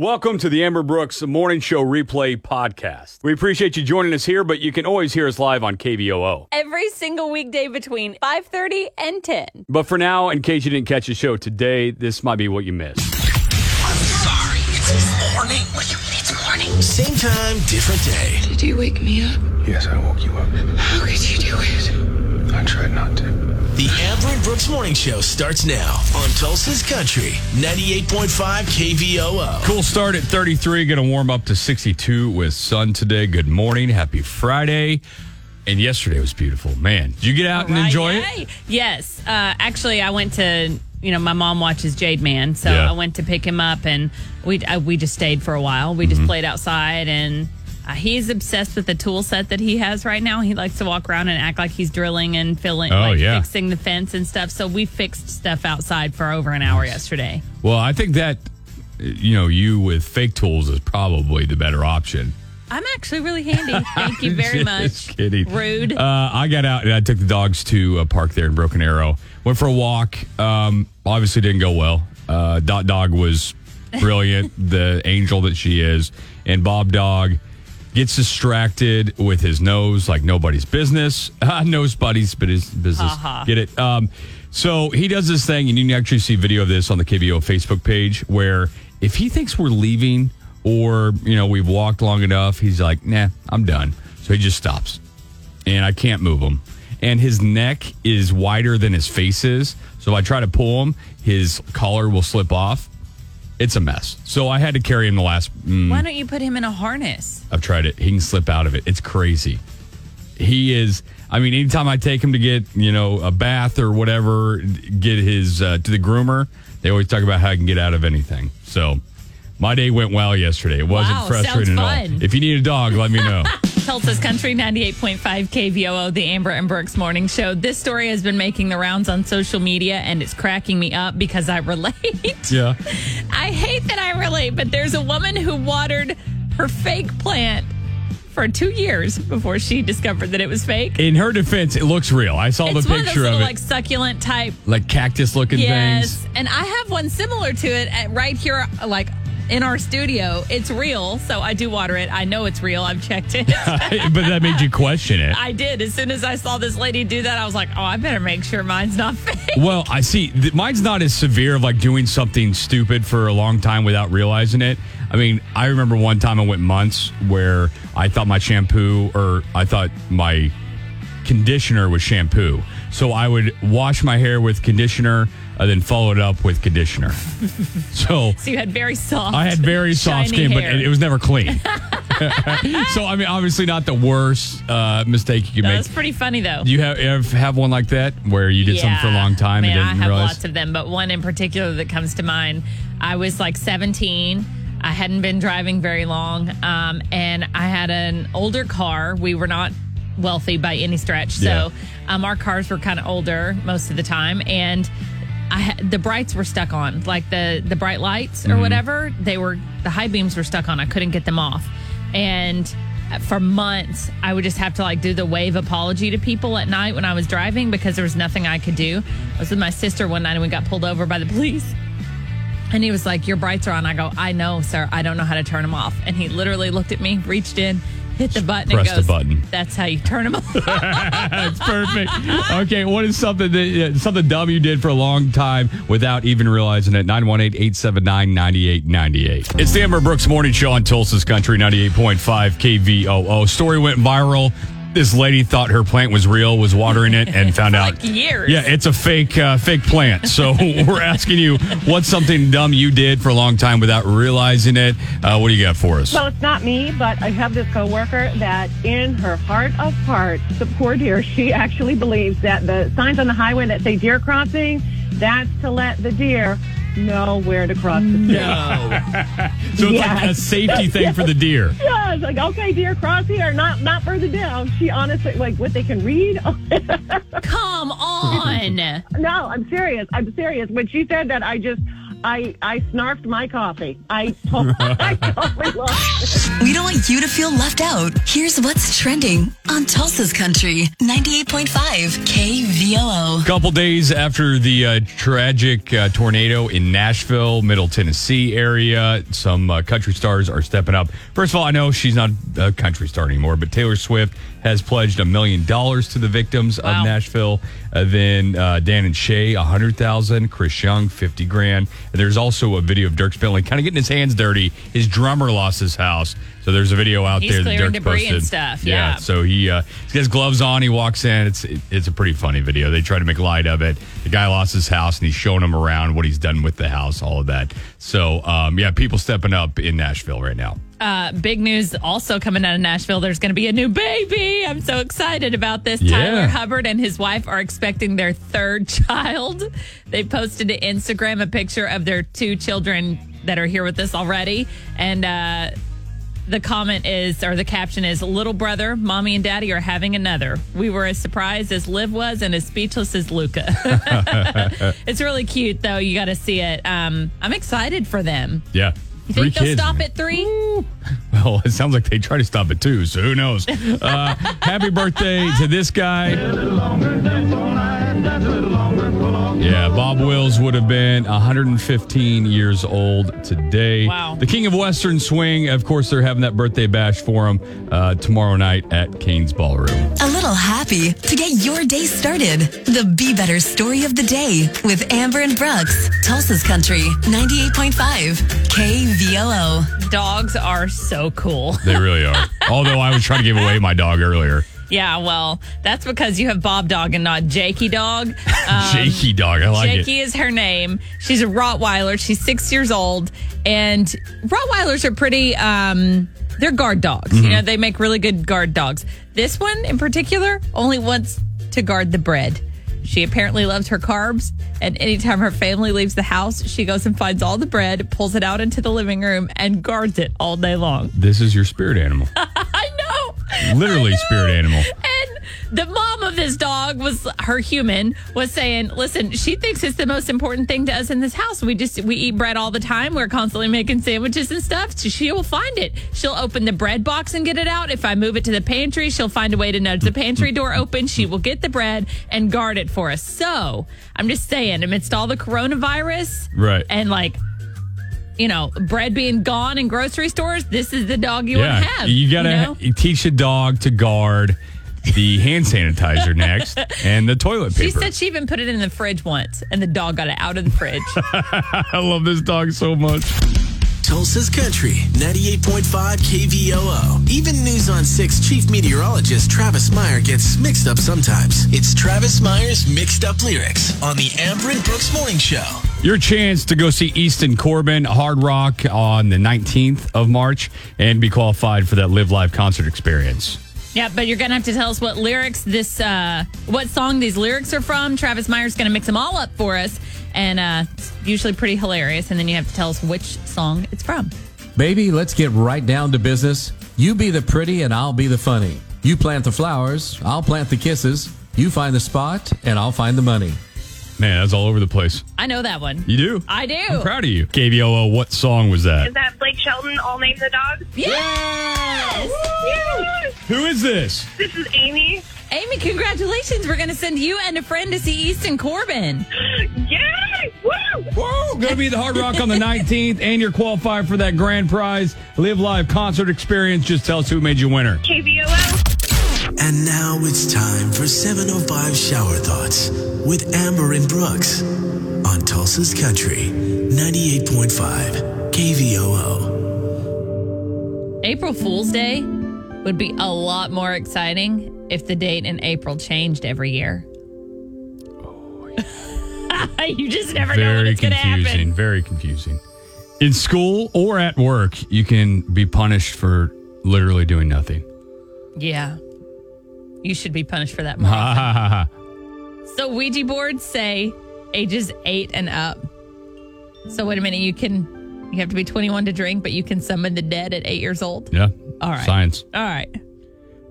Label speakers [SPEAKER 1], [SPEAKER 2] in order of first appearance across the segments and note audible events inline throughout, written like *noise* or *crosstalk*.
[SPEAKER 1] Welcome to the Amber Brooks Morning Show Replay Podcast. We appreciate you joining us here, but you can always hear us live on KVOO.
[SPEAKER 2] every single weekday between 5.30 and 10
[SPEAKER 1] But for now, in case you didn't catch the show today, this might be what you missed.
[SPEAKER 3] I'm sorry. It's morning. What do you mean it's morning? Same time, different day.
[SPEAKER 4] Did you wake me up?
[SPEAKER 5] Yes, I woke you up.
[SPEAKER 4] How could you do it?
[SPEAKER 5] I tried not to.
[SPEAKER 3] The Amber and Brooks Morning Show starts now on Tulsa's Country, 98.5 KVOO.
[SPEAKER 1] Cool start at 33, going to warm up to 62 with sun today. Good morning. Happy Friday. And yesterday was beautiful. Man, did you get out and enjoy it?
[SPEAKER 6] Yay. Yes. Uh, actually, I went to you know my mom watches Jade Man, so
[SPEAKER 1] Yeah.
[SPEAKER 6] I went to pick him up, and we uh, we just stayed for a while. We
[SPEAKER 1] Mm-hmm.
[SPEAKER 6] just played outside, and uh, he's obsessed with the tool set that he has right now. He likes to walk around and act like he's drilling and filling,
[SPEAKER 1] Oh,
[SPEAKER 6] like
[SPEAKER 1] yeah.
[SPEAKER 6] fixing the fence and stuff. So we fixed stuff outside for over an hour yesterday.
[SPEAKER 1] Well, I think that, you know, you with fake tools is probably the better option.
[SPEAKER 6] I'm actually
[SPEAKER 1] *laughs*
[SPEAKER 6] really handy. Thank you very
[SPEAKER 1] Just
[SPEAKER 6] much.
[SPEAKER 1] Kidding.
[SPEAKER 6] Rude.
[SPEAKER 1] Uh, I got out and I took the dogs to a park there in Broken Arrow. Went for a walk. Um, obviously didn't go well. Uh, Dot Dog was brilliant, the angel that she is, and Bob Dog gets distracted with his nose like nobody's business. *laughs* Ah, nose buddies, but his business. Get it? Um, so he does this thing, and you can actually see video of this on the KBO Facebook page, where if he thinks we're leaving or you know we've walked long enough, he's like, "Nah, I'm done." So he just stops and I can't move him. And his neck is wider than his face is. So if I try to pull him, his collar will slip off. It's a mess. So I had to carry him the last. Mm,
[SPEAKER 6] Why don't you put him in a harness?
[SPEAKER 1] I've tried it. He can slip out of it. It's crazy. He is. I mean, anytime I take him to get you know a bath or whatever, get his uh, to the groomer. They always talk about how I can get out of anything. So my day went well yesterday. It wasn't
[SPEAKER 6] Wow, sounds
[SPEAKER 1] frustrating at all.
[SPEAKER 6] fun.
[SPEAKER 1] If you need a dog, let me
[SPEAKER 6] *laughs*
[SPEAKER 1] know.
[SPEAKER 6] Tulsa's Country 98.5 KVOO, the Amber and Brooks Morning Show. This story has been making the rounds on social media and it's cracking me up because I relate. *laughs*
[SPEAKER 1] yeah.
[SPEAKER 6] I hate that I relate, but there's a woman who watered her fake plant for two years before she discovered that it was fake.
[SPEAKER 1] In her defense, it looks real. I saw
[SPEAKER 6] it's
[SPEAKER 1] the
[SPEAKER 6] one of those
[SPEAKER 1] picture
[SPEAKER 6] little
[SPEAKER 1] it.
[SPEAKER 6] like succulent type
[SPEAKER 1] like cactus looking
[SPEAKER 6] Yes,
[SPEAKER 1] things.
[SPEAKER 6] and I have one similar to it at, right here, like in our studio. It's real, so I do water it. I know it's real. I've checked it. *laughs*
[SPEAKER 1] but that made you question it.
[SPEAKER 6] I did. As soon as I saw this lady do that, I was like, oh, I better make sure mine's not *laughs* fake.
[SPEAKER 1] well, I see. Th- mine's not as severe of like doing something stupid for a long time without realizing it. I mean, I remember one time I went months where I thought my shampoo or I thought my conditioner was shampoo. So I would wash my hair with conditioner and then follow it up with
[SPEAKER 6] *laughs*
[SPEAKER 1] conditioner. so
[SPEAKER 6] So you had very soft.
[SPEAKER 1] I had very soft
[SPEAKER 6] shiny
[SPEAKER 1] skin, but
[SPEAKER 6] hair.
[SPEAKER 1] it, it was never
[SPEAKER 6] *laughs*
[SPEAKER 1] clean. *laughs* so I mean, obviously not the worst uh, mistake you could
[SPEAKER 6] That
[SPEAKER 1] make.
[SPEAKER 6] was pretty funny though.
[SPEAKER 1] Do you have have, have one like that where you did something for a long time
[SPEAKER 6] Man,
[SPEAKER 1] and didn't
[SPEAKER 6] I have
[SPEAKER 1] realize?
[SPEAKER 6] lots of them, but one in particular that comes to mind. I was like 17. I hadn't been driving very long, um, and I had an older car. We were not wealthy by any stretch, so um, our cars were kind of older most of the time, and. I had, the brights were stuck on, like the the bright lights
[SPEAKER 1] Mm-hmm.
[SPEAKER 6] or whatever. They were the high beams were stuck on. I couldn't get them off, and for months I would just have to like do the wave apology to people at night when I was driving because there was nothing I could do. I was with my sister one night and we got pulled over by the *laughs* police. And he was like, Your brights are on. I go, I know, sir. I don't know how to turn them off. And he literally looked at me, reached in, hit the button,
[SPEAKER 1] pressed the
[SPEAKER 6] and goes,
[SPEAKER 1] button.
[SPEAKER 6] That's how you turn them off.
[SPEAKER 1] *laughs* That's perfect.
[SPEAKER 6] *laughs*
[SPEAKER 1] Okay, what is something that uh, something dumb you did for a long time without even realizing it? 918-879-9898. It's the Amber Brooks Morning Show on Tulsa's Country 98.5 KVOO. Story went viral. This lady thought her plant was real, was watering it,
[SPEAKER 6] *laughs*
[SPEAKER 1] and found out.
[SPEAKER 6] like years.
[SPEAKER 1] *laughs* Yeah, it's a fake, uh, fake plant. So *laughs* we're asking you, what's something dumb you did for a long time without realizing it? Uh, what do you got for us?
[SPEAKER 7] Well, it's not me, but I have this coworker that, in her heart of hearts, the poor dear, *laughs* she actually believes that the signs on the highway that say deer crossing, that's to let the deer know where to cross the street.
[SPEAKER 1] *laughs* So it's like
[SPEAKER 7] Yes.
[SPEAKER 1] a safety thing for the *laughs* deer.
[SPEAKER 7] Yeah, it's like okay, deer cross here, not not further down. She honestly like what they can read. *laughs*
[SPEAKER 6] Come on.
[SPEAKER 7] no, I'm serious. I'm serious. When she said that, I just I I snarfed my coffee. I totally, *laughs* I totally lost it.
[SPEAKER 8] We don't want you to feel left out. Here's what's trending on Tulsa's Country 98.5 KVOO.
[SPEAKER 1] couple days after the uh, tragic uh, tornado in Nashville, Middle Tennessee area, some uh, country stars are stepping up. First of all, I know she's not a country star anymore, but Taylor Swift has pledged a million dollars to the victims
[SPEAKER 6] Wow.
[SPEAKER 1] of Nashville. Uh, then uh, Dan and Shay, a hundred thousand. Chris Young, fifty grand. And there's also a video of Dirk Bentley kind of getting his hands dirty. His drummer lost his house, so there's a video out
[SPEAKER 6] He's
[SPEAKER 1] there that Dirk
[SPEAKER 6] clearing debris and
[SPEAKER 1] posted.
[SPEAKER 6] stuff, yeah.
[SPEAKER 1] So he uh, he has gloves on. He walks in. It's it- it's a pretty funny video. They try to make light of it. The guy lost his house, and he's showing him around what he's done with the house, all of that. So um, yeah, people stepping up in Nashville right now.
[SPEAKER 6] Uh, big news also coming out of Nashville. There's going to be a new baby. I'm so excited about this.
[SPEAKER 1] Yeah.
[SPEAKER 6] Tyler Hubbard and his wife are expecting their third *laughs* child. They posted to Instagram a picture of their two children that are here with us already. And uh, the comment is, or the caption is, Little brother, mommy and daddy are having another. We were as surprised as Liv was and as speechless as Luca. *laughs* it's really cute, though. You got to see it. Um, I'm excited for them.
[SPEAKER 1] Yeah,
[SPEAKER 6] You think they'll stop at three?
[SPEAKER 1] Well, *laughs* it sounds like they try to stop it too. So who knows? Uh, happy birthday to this guy. Yeah, Bob Wills would have been 115 years old today.
[SPEAKER 6] Wow.
[SPEAKER 1] The king of Western swing. Of course, they're having that birthday bash for him uh, tomorrow night at Kane's Ballroom.
[SPEAKER 8] A little happy to get your day started. The Be Better story of the day with Amber and Brooks, Tulsa's Country 98.5 KVOO.
[SPEAKER 6] Dogs are so cool. *laughs*
[SPEAKER 1] They really are. Although I was trying to give away my dog earlier.
[SPEAKER 6] Yeah, well, that's because you have Bob Dog and not Jakey Dog. *laughs* Um,
[SPEAKER 1] Jakey dog. I like it.
[SPEAKER 6] Jakey is her name. She's a Rottweiler. She's six years old. And Rottweilers are pretty, um, they're guard dogs. You know, they make really good guard dogs. This one in particular only wants to guard the bread. She apparently loves her carbs, and anytime her family leaves the house, she goes and finds all the bread, pulls it out into the living room, and guards it all day long.
[SPEAKER 1] This is your spirit animal.
[SPEAKER 6] I know.
[SPEAKER 1] Literally, spirit animal.
[SPEAKER 6] And the mom of this dog was her human was saying, "Listen, she thinks it's the most important thing to us in this house. We just we eat bread all the time. We're constantly making sandwiches and stuff. So she will find it. She'll open the bread box and get it out. If I move it to the pantry, she'll find a way to nudge the pantry door open. She will get the bread and guard it for us. So I'm just saying, amidst all the coronavirus,
[SPEAKER 1] Right.
[SPEAKER 6] and like." You know, bread being gone in grocery stores, this is the dog you want to have.
[SPEAKER 1] You gotta
[SPEAKER 6] know?
[SPEAKER 1] ha- teach a dog to guard the hand sanitizer
[SPEAKER 6] *laughs*
[SPEAKER 1] next and the toilet paper.
[SPEAKER 6] She said she even put it in the fridge once, and the dog got it out of
[SPEAKER 1] *laughs*
[SPEAKER 6] the fridge.
[SPEAKER 1] I love this dog so much.
[SPEAKER 3] Tulsa's Country, 98.5 KVOO. Even News on 6 chief meteorologist Travis Meyer gets mixed up sometimes. It's Travis Meyer's Mixed Up Lyrics on the Amber and Brooks Morning Show.
[SPEAKER 1] Your chance to go see Easton Corbin Hard Rock on the 19th of March and be qualified for that Live Live concert experience.
[SPEAKER 6] yeah, but you're gonna have to tell us what lyrics this, uh, what song these lyrics are from. Travis Meyer's gonna mix them all up for us, and uh, it's usually pretty hilarious. And then you have to tell us which song it's from.
[SPEAKER 9] Baby, let's get right down to business. You be the pretty and I'll be the funny. You plant the flowers, I'll plant the kisses. You find the spot and I'll find the money.
[SPEAKER 1] Man, that's all over the place.
[SPEAKER 6] I know that one.
[SPEAKER 1] You do?
[SPEAKER 6] I do.
[SPEAKER 1] I'm proud of you. KVOO, what song was that?
[SPEAKER 10] that Blake Shelton, All Name the Dog?
[SPEAKER 6] Yes.
[SPEAKER 1] Who is this?
[SPEAKER 10] This is Amy.
[SPEAKER 6] Amy, congratulations! We're gonna send you and a friend to see Easton Corbin.
[SPEAKER 10] Yay! Woo!
[SPEAKER 1] Whoa, going to be at the Hard Rock on the 19th, and you're qualified for that grand prize Live Live concert experience. Just tell us who made you winner.
[SPEAKER 10] KVOO.
[SPEAKER 3] And now it's time for 705 Shower Thoughts with Amber and Brooks on Tulsa's Country, 98.5 KVOO.
[SPEAKER 6] April Fool's Day would be a lot more exciting if the date in April changed every year. *laughs* you just never know when
[SPEAKER 1] Very
[SPEAKER 6] it's going to
[SPEAKER 1] confusing.
[SPEAKER 6] happen.
[SPEAKER 1] Very confusing. In school or at work, you can be punished for literally doing nothing.
[SPEAKER 6] Yeah. You should be punished for
[SPEAKER 1] Ha,
[SPEAKER 6] that. More.
[SPEAKER 1] ha, ha, *laughs* ha.
[SPEAKER 6] So Ouija boards say ages eight and up. So wait a minute, you can you have to be 21 to drink, but you can summon the dead at eight years old.
[SPEAKER 1] yeah.
[SPEAKER 6] All right.
[SPEAKER 1] Science.
[SPEAKER 6] All right.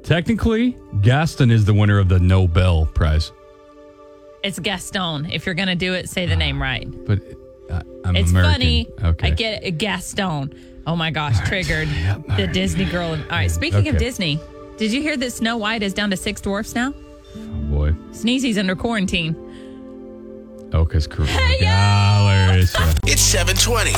[SPEAKER 1] Technically, Gaston is the winner of the Nobel Prize,
[SPEAKER 6] It's Gaston. If you're going to do it, say the name right.
[SPEAKER 1] but I, I'm
[SPEAKER 6] it's
[SPEAKER 1] American.
[SPEAKER 6] funny.
[SPEAKER 1] Okay.
[SPEAKER 6] I get it. Gaston. Oh my
[SPEAKER 11] *laughs*
[SPEAKER 6] gosh, triggered. The Disney girl. All right, speaking of
[SPEAKER 1] Okay.
[SPEAKER 6] Disney, did you hear that Snow White is down to six dwarfs now?
[SPEAKER 1] Oh, boy.
[SPEAKER 6] Sneezy's under quarantine.
[SPEAKER 1] Oh, because
[SPEAKER 6] *laughs*
[SPEAKER 1] Dollars.
[SPEAKER 3] It's 720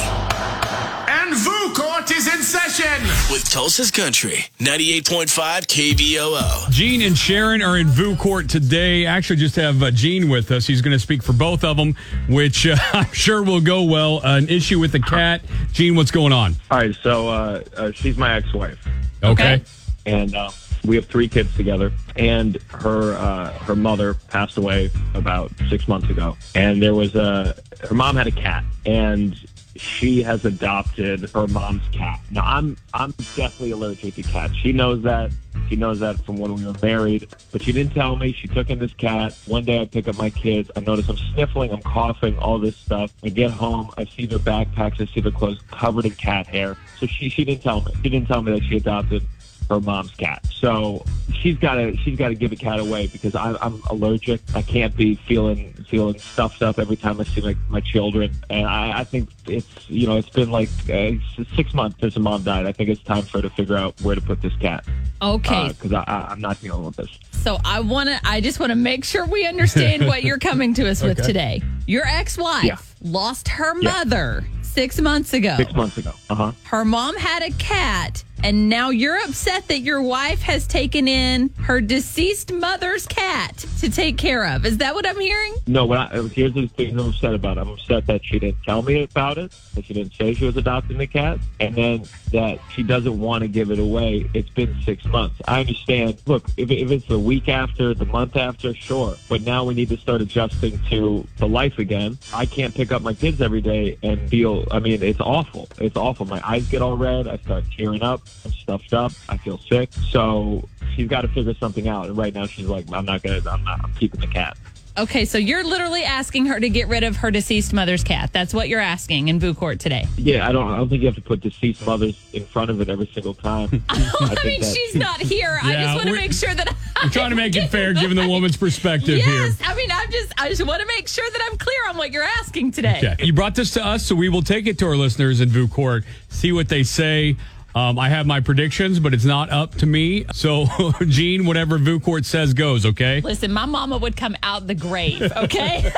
[SPEAKER 12] And VU Court is in session.
[SPEAKER 3] with Tulsa's Country, 98.5 KVOO.
[SPEAKER 1] Gene and Sharon are in VU Court today. Actually, just have uh, Gene with us. He's going to speak for both of them, which *laughs* uh, I'm sure will go well. an issue with the cat. Gene, what's going on?
[SPEAKER 11] All right, so uh, uh, she's my ex-wife,
[SPEAKER 1] Okay.
[SPEAKER 11] and uh, we have three kids together. And her uh, her mother passed away about six months ago, and there was a her mom had a cat, and she has adopted her mom's cat. Now I'm I'm definitely allergic to cats. She knows that. She knows that from when we were married, but she didn't tell me. She took in this cat. One day I pick up my kids. I notice I'm sniffling, I'm coughing, all this stuff. I get home. I see their backpacks. I see their clothes covered in cat hair. So she, she didn't tell me. She didn't tell me that she adopted her mom's cat. So she's got to she's got to give a cat away because I, I'm allergic. I can't be feeling feeling stuffed up every time I see my, my children. And I, I think it's you know it's been like uh, six months since her mom died. I think it's time for her to figure out where to put this cat.
[SPEAKER 6] Okay.
[SPEAKER 11] Because I, I, I'm not dealing with this.
[SPEAKER 6] So I want to. I just want to make sure we understand what
[SPEAKER 11] *laughs*
[SPEAKER 6] you're coming to us with
[SPEAKER 11] Okay.
[SPEAKER 6] today. Your ex-wife
[SPEAKER 11] Yeah.
[SPEAKER 6] lost her
[SPEAKER 11] Yeah.
[SPEAKER 6] mother six months ago.
[SPEAKER 11] Six months ago. Uh huh.
[SPEAKER 6] Her mom had a cat, and now you're upset that your wife has taken in her deceased mother's cat to take care of. Is that what I'm hearing?
[SPEAKER 11] No, what I, here's the thing I'm upset about. I'm upset that she didn't tell me about it, that she didn't say she was adopting the cat, and then that she doesn't want to give it away. It's been six months. I understand. Look, if, if it's the week after, the month after, sure. But now we need to start adjusting to the life again. I can't pick up my kids every day and feel, I mean, it's awful. It's awful. My eyes get all red. I start tearing up. I'm stuffed up. I feel sick. So she's got to figure something out. And right now she's like, I'm not going to, I'm not, I'm keeping the cat.
[SPEAKER 6] Okay, so you're literally asking her to get rid of her deceased mother's cat. That's what you're asking in Boo Court
[SPEAKER 11] *laughs*
[SPEAKER 6] today.
[SPEAKER 11] Yeah, I don't. I don't think you have to put deceased mothers in front of it every single *laughs* time. I,
[SPEAKER 6] I mean,
[SPEAKER 11] that-
[SPEAKER 6] she's not here. I
[SPEAKER 1] Yeah,
[SPEAKER 6] just want to
[SPEAKER 1] we're-
[SPEAKER 6] make sure that *laughs*
[SPEAKER 1] I'm trying to make it fair given the woman's perspective here.
[SPEAKER 6] Yes, I mean, I'm just, I just want to make sure that I'm clear on what you're asking today.
[SPEAKER 1] Okay. You brought this to us, so we will take it to our listeners in VU Court, see what they say. Um, I have my predictions, but it's not up to me. So, *laughs* Gene, whatever VU Court says goes, okay?
[SPEAKER 6] Listen, my mama would come out
[SPEAKER 1] *laughs*
[SPEAKER 6] the grave, okay? *laughs*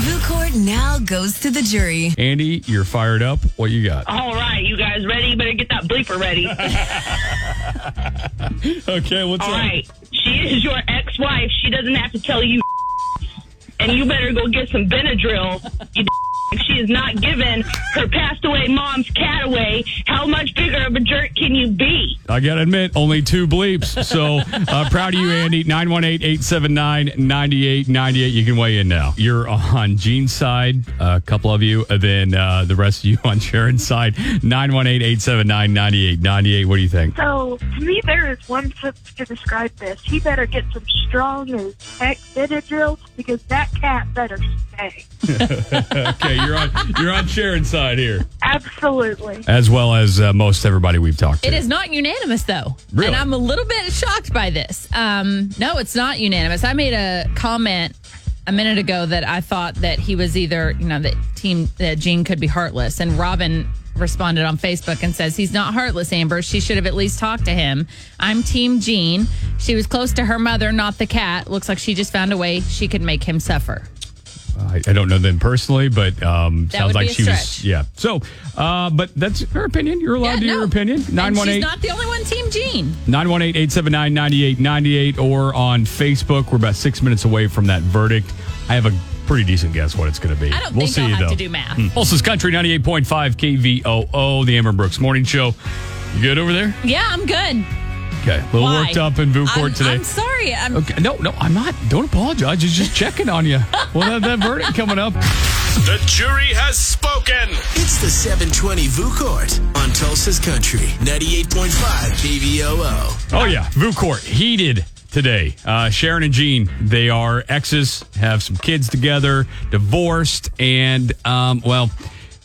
[SPEAKER 8] VuCourt now goes to the jury.
[SPEAKER 1] Andy, you're fired up. What you got?
[SPEAKER 10] All right, you guys ready? Better get that bleeper ready.
[SPEAKER 1] Okay, what's
[SPEAKER 10] All right. She is your ex wife. She doesn't have to tell you. And you better go get some Benadryl. You if she is not giving her passed away mom's cat away, how much bigger of a jerk can you be?
[SPEAKER 1] I got to admit, only two bleeps. So, uh, proud of you, Andy. 918 879 9898. You can weigh in now. You're on Gene's side, a couple of you, and then uh, the rest of you on Sharon's side. 918 879 9898. What do you think?
[SPEAKER 13] So, to me, there is one tip to describe this. He better get some strong as heck Benadryl because that cat better stay.
[SPEAKER 1] okay, you're on you're on Sharon's side here,
[SPEAKER 13] Absolutely.
[SPEAKER 1] as well as uh, most everybody we've talked
[SPEAKER 6] It
[SPEAKER 1] to.
[SPEAKER 6] is not unanimous, though.
[SPEAKER 1] Really?
[SPEAKER 6] And I'm a little bit shocked by this. Um, no, it's not unanimous. I made a comment a minute ago that I thought that he was either, you know, that team that Gene could be heartless, and Robin responded on Facebook and says he's not heartless, Amber. She should have at least talked to him. I'm Team Gene. She was close to her mother, not the cat. Looks like she just found a way she could make him suffer.
[SPEAKER 1] I, I don't know them personally, but um,
[SPEAKER 6] That
[SPEAKER 1] sounds
[SPEAKER 6] would
[SPEAKER 1] like
[SPEAKER 6] be a
[SPEAKER 1] she was
[SPEAKER 6] stretch.
[SPEAKER 1] yeah. So, uh, but that's her opinion. You're allowed to your opinion.
[SPEAKER 6] And she's
[SPEAKER 1] 918
[SPEAKER 6] not the only one. Team Gene.
[SPEAKER 1] 918 879 9898 or on Facebook. We're about six minutes away from that verdict. I have a pretty decent guess what it's going to be.
[SPEAKER 6] I don't
[SPEAKER 1] we'll
[SPEAKER 6] think
[SPEAKER 1] see
[SPEAKER 6] I'll
[SPEAKER 1] you,
[SPEAKER 6] have
[SPEAKER 1] though.
[SPEAKER 6] to do math.
[SPEAKER 1] Hmm. Tulsa's Country 98.5 KVOO, the Amber Brooks Morning Show. You good over there?
[SPEAKER 6] Yeah, I'm good.
[SPEAKER 1] Okay. A little
[SPEAKER 6] Why?
[SPEAKER 1] worked up in VU
[SPEAKER 6] I'm,
[SPEAKER 1] Court today.
[SPEAKER 6] I'm sorry. I'm
[SPEAKER 1] Okay. No, no, I'm not. Don't apologize. It's just checking on you. We'll have that verdict coming up.
[SPEAKER 3] The jury has spoken. It's the 720 VU Court on Tulsa's Country, 98.5 KVOO.
[SPEAKER 1] Oh, yeah. VU Court, heated today. Uh, Sharon and Gene, they are exes, have some kids together, divorced, and, um, well,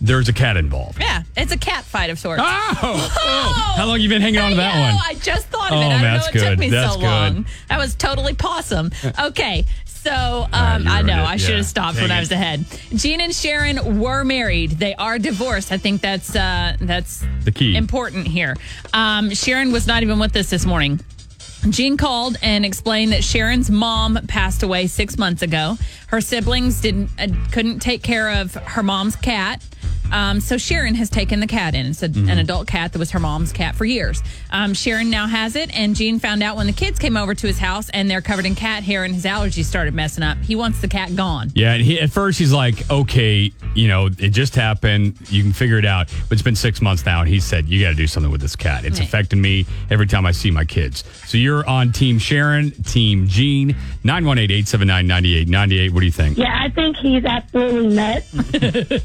[SPEAKER 1] there's a cat involved.
[SPEAKER 6] Yeah, it's a cat fight of sorts.
[SPEAKER 1] Oh, oh. How long you been hanging on to that
[SPEAKER 6] I know,
[SPEAKER 1] one?
[SPEAKER 6] I just thought of
[SPEAKER 1] Oh,
[SPEAKER 6] it. I don't know
[SPEAKER 1] that's
[SPEAKER 6] it took
[SPEAKER 1] good.
[SPEAKER 6] me
[SPEAKER 1] That's
[SPEAKER 6] so
[SPEAKER 1] good. *laughs*
[SPEAKER 6] long. That was totally possum. Okay. So um,
[SPEAKER 14] you
[SPEAKER 6] I
[SPEAKER 14] ruined
[SPEAKER 6] know
[SPEAKER 14] it.
[SPEAKER 6] I should
[SPEAKER 14] Yeah.
[SPEAKER 6] have stopped
[SPEAKER 14] Dang
[SPEAKER 6] when I
[SPEAKER 14] it.
[SPEAKER 6] was ahead. Gene and Sharon were married. They are divorced. I think that's uh, that's
[SPEAKER 1] The key.
[SPEAKER 6] important here. Um, Sharon was not even with us this morning. Gene called and explained that Sharon's mom passed away six months ago. Her siblings didn't uh, couldn't take care of her mom's cat. Um, so Sharon has taken the cat in. It's a, an
[SPEAKER 15] Mhm.
[SPEAKER 6] adult cat that was her mom's cat for years. Um, Sharon now has it, and Gene found out when the kids came over to his house and they're covered in cat hair and his allergies started messing up. He wants the cat gone.
[SPEAKER 1] Yeah, and he, at first he's like, okay, you know, it just happened. You can figure it out. But it's been six months now, and he said, you got to do something with this cat. It's
[SPEAKER 6] Right.
[SPEAKER 1] affecting me every time I see my kids. So you're on Team Sharon, Team Gene, 918 879 9898. What do you think?
[SPEAKER 16] Yeah, I think he's absolutely nuts.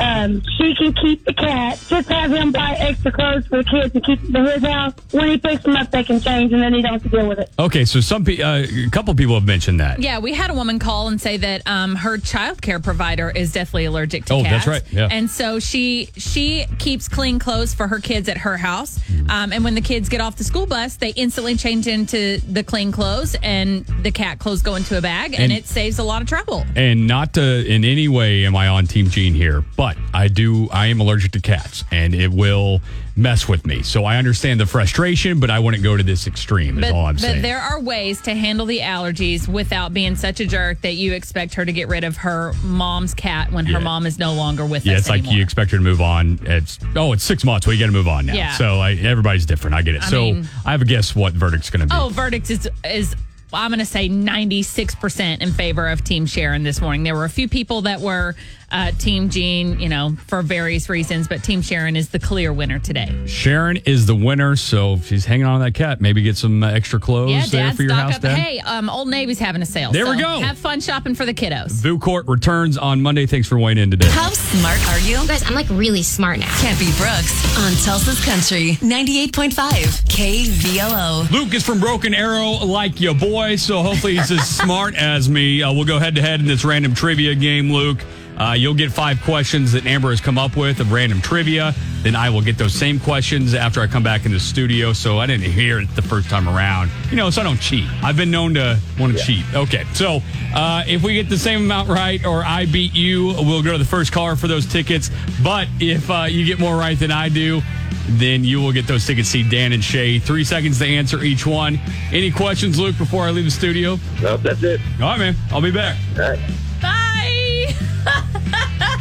[SPEAKER 16] um, she can keep the cat. Just have him buy extra clothes for the kids and keep them to his house. When he picks them up, they can change, and then he don't have to deal with it.
[SPEAKER 1] Okay, so some pe- uh, a couple people have mentioned that.
[SPEAKER 6] Yeah, we had a woman call and say that um, her child care provider is deathly allergic to
[SPEAKER 1] Oh,
[SPEAKER 6] cats.
[SPEAKER 1] that's right, yeah.
[SPEAKER 6] And so she she keeps clean clothes for her kids at her house.
[SPEAKER 1] Mm.
[SPEAKER 6] Um, and when the kids get off the school bus, they instantly change into the clean clothes, and the cat clothes go into a bag, and,
[SPEAKER 1] And-
[SPEAKER 6] it saves a lot of trouble.
[SPEAKER 1] And not to, in any way am I on Team Gene here, but I do, I am allergic to cats and it will mess with me. So I understand the frustration, but I wouldn't go to this extreme, is
[SPEAKER 6] But,
[SPEAKER 1] all I'm
[SPEAKER 6] but
[SPEAKER 1] saying.
[SPEAKER 6] there are ways to handle the allergies without being such a jerk that you expect her to get rid of her mom's cat when
[SPEAKER 1] Yeah.
[SPEAKER 6] her mom is no longer with
[SPEAKER 1] yeah,
[SPEAKER 6] us
[SPEAKER 1] it's like
[SPEAKER 6] anymore.
[SPEAKER 1] you expect her to move on. It's oh, it's six months. Well, you got to move on now.
[SPEAKER 6] Yeah.
[SPEAKER 1] So I, everybody's different. I get it.
[SPEAKER 6] I
[SPEAKER 1] so
[SPEAKER 6] mean-
[SPEAKER 1] I have a guess what verdict's going to be.
[SPEAKER 6] Oh, verdict is is I'm going to say 96% in favor of Team Sharon this morning. There were a few people that were uh, Team Gene, you know, for various reasons, but Team Sharon is the clear winner today.
[SPEAKER 1] Sharon is the winner. So if she's hanging on to that cat, maybe get some uh, extra clothes
[SPEAKER 6] yeah,
[SPEAKER 1] there
[SPEAKER 6] Dad,
[SPEAKER 1] for your
[SPEAKER 6] stock
[SPEAKER 1] house,
[SPEAKER 6] up.
[SPEAKER 1] Dad.
[SPEAKER 6] Hey, um, Old Navy's having a sale.
[SPEAKER 1] There we
[SPEAKER 6] so
[SPEAKER 1] go.
[SPEAKER 6] Have fun shopping for the kiddos.
[SPEAKER 1] Vu Court returns on Monday. Thanks for weighing in today.
[SPEAKER 8] How smart are you? guys, I'm like really smart now. Campy Brooks on Tulsa's Country 98.5 KVOO.
[SPEAKER 1] Luke is from Broken Arrow, like your boy, so hopefully he's as smart as me. Uh, we'll go head to head in this random trivia game, Luke. Uh, you'll get five questions that Amber has come up with of random trivia. Then I will get those same questions after I come back in the studio. So I didn't hear it the first time around, you know, so I don't cheat. I've been known to want to cheat. Okay, so uh, if we get the same amount right or I beat you, we'll go to the first caller for those tickets. But if uh, you get more right than I do, then you will get those tickets. See Dan and Shay. Three seconds to answer each one. Any questions, Luke, before I leave the studio? Nope, that's it. All right, man. I'll be back. All right.
[SPEAKER 6] Bye.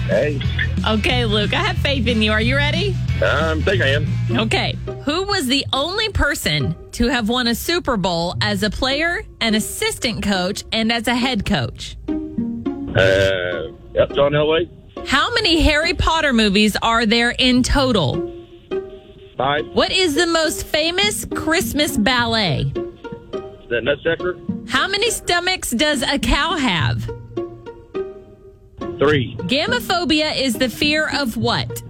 [SPEAKER 1] Hey.
[SPEAKER 6] *laughs* okay, Luke, I have faith in you. Are you ready?
[SPEAKER 11] Um, think I am.
[SPEAKER 6] Okay. Who was the only person to have won a Super Bowl as a player, an assistant coach, and as a head coach?
[SPEAKER 11] Uh, yep, John Elway.
[SPEAKER 6] How many Harry Potter movies are there in total?
[SPEAKER 11] Five.
[SPEAKER 6] What is the most famous Christmas ballet?
[SPEAKER 11] The Nutcracker.
[SPEAKER 6] How many stomachs does a cow have?
[SPEAKER 11] Three.
[SPEAKER 6] Gamophobia is the fear of what?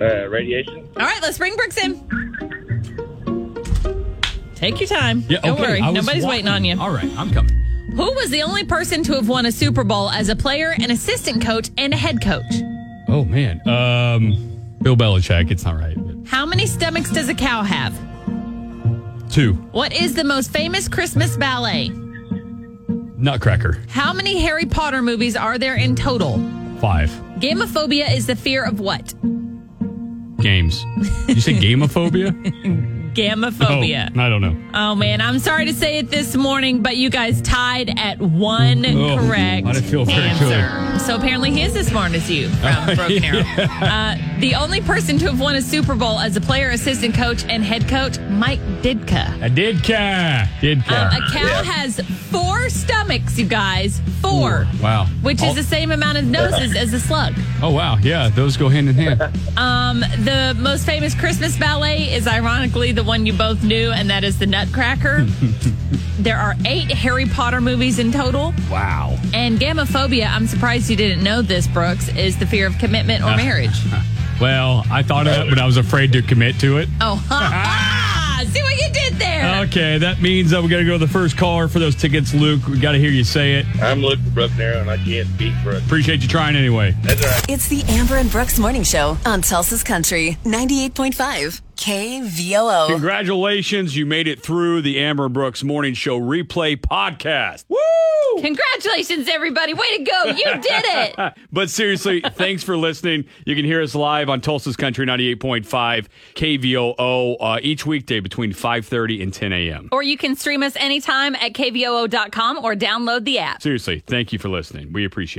[SPEAKER 11] Uh, radiation.
[SPEAKER 6] All right, let's bring Brooks in. Take your time.
[SPEAKER 1] Yeah,
[SPEAKER 6] Don't
[SPEAKER 1] okay,
[SPEAKER 6] worry.
[SPEAKER 1] I was
[SPEAKER 6] Nobody's
[SPEAKER 1] walking.
[SPEAKER 6] waiting on you.
[SPEAKER 1] All right, I'm coming.
[SPEAKER 6] Who was the only person to have won a Super Bowl as a player, an assistant coach, and a head coach?
[SPEAKER 1] Oh man. Um, Bill Belichick. It's not right.
[SPEAKER 6] How many stomachs does a cow have?
[SPEAKER 1] Two.
[SPEAKER 6] What is the most famous Christmas ballet?
[SPEAKER 1] Nutcracker.
[SPEAKER 6] How many Harry Potter movies are there in total?
[SPEAKER 1] Five.
[SPEAKER 6] Gamophobia is the fear of what?
[SPEAKER 1] Games. You
[SPEAKER 6] *laughs*
[SPEAKER 1] say gamophobia?
[SPEAKER 6] Gamophobia.
[SPEAKER 1] Oh, I don't know.
[SPEAKER 6] Oh, man, I'm sorry to say it this morning, but you guys tied at one
[SPEAKER 1] Oh,
[SPEAKER 6] correct
[SPEAKER 1] I didn't feel very
[SPEAKER 6] answer. So apparently he is as smart
[SPEAKER 1] *laughs*
[SPEAKER 6] as you from Broken Arrow. Uh, the only person to have won a Super Bowl as a player, assistant coach, and head coach, Mike Didka.
[SPEAKER 1] I did care. Did care.
[SPEAKER 6] Um, a cow has four stomachs, you guys. Four.
[SPEAKER 1] Wow.
[SPEAKER 6] Which is
[SPEAKER 1] Oh.
[SPEAKER 6] the same amount of noses as a slug.
[SPEAKER 1] Oh wow. Yeah, those go hand in *laughs* hand.
[SPEAKER 6] Um, the most famous Christmas ballet is ironically the one you both knew, and that is
[SPEAKER 1] *laughs*
[SPEAKER 6] the Nutcracker. there are eight Harry Potter movies in total.
[SPEAKER 1] wow.
[SPEAKER 6] And gamophobia, I'm surprised you didn't know this, Brooks, is the fear of
[SPEAKER 1] *laughs*
[SPEAKER 6] commitment or marriage.
[SPEAKER 1] Well, I thought of it, but I was afraid to commit to it.
[SPEAKER 6] Oh, ha, ha. see what you did there.
[SPEAKER 1] Ah! Okay, that means that we got to go to the first caller for those tickets, Luke. We got to hear you say it. I'm Luke from Broken Arrow, and I can't beat Brooke. Appreciate you trying anyway.
[SPEAKER 8] It's the Amber and Brooks Morning Show on Tulsa's Country 98.5 KVOO.
[SPEAKER 1] Congratulations, you made it through the Amber Brooks Morning Show Replay Podcast. Woo!
[SPEAKER 6] Congratulations, everybody. Way to go. You did it.
[SPEAKER 1] *laughs* but seriously, thanks for listening. You can hear us live on Tulsa's Country 98.5 KVOO uh, each weekday between 5.30 and 10 a.m.
[SPEAKER 6] Or you can stream us anytime at kvoo.com or download the app.
[SPEAKER 1] Seriously, thank you for listening. We appreciate it.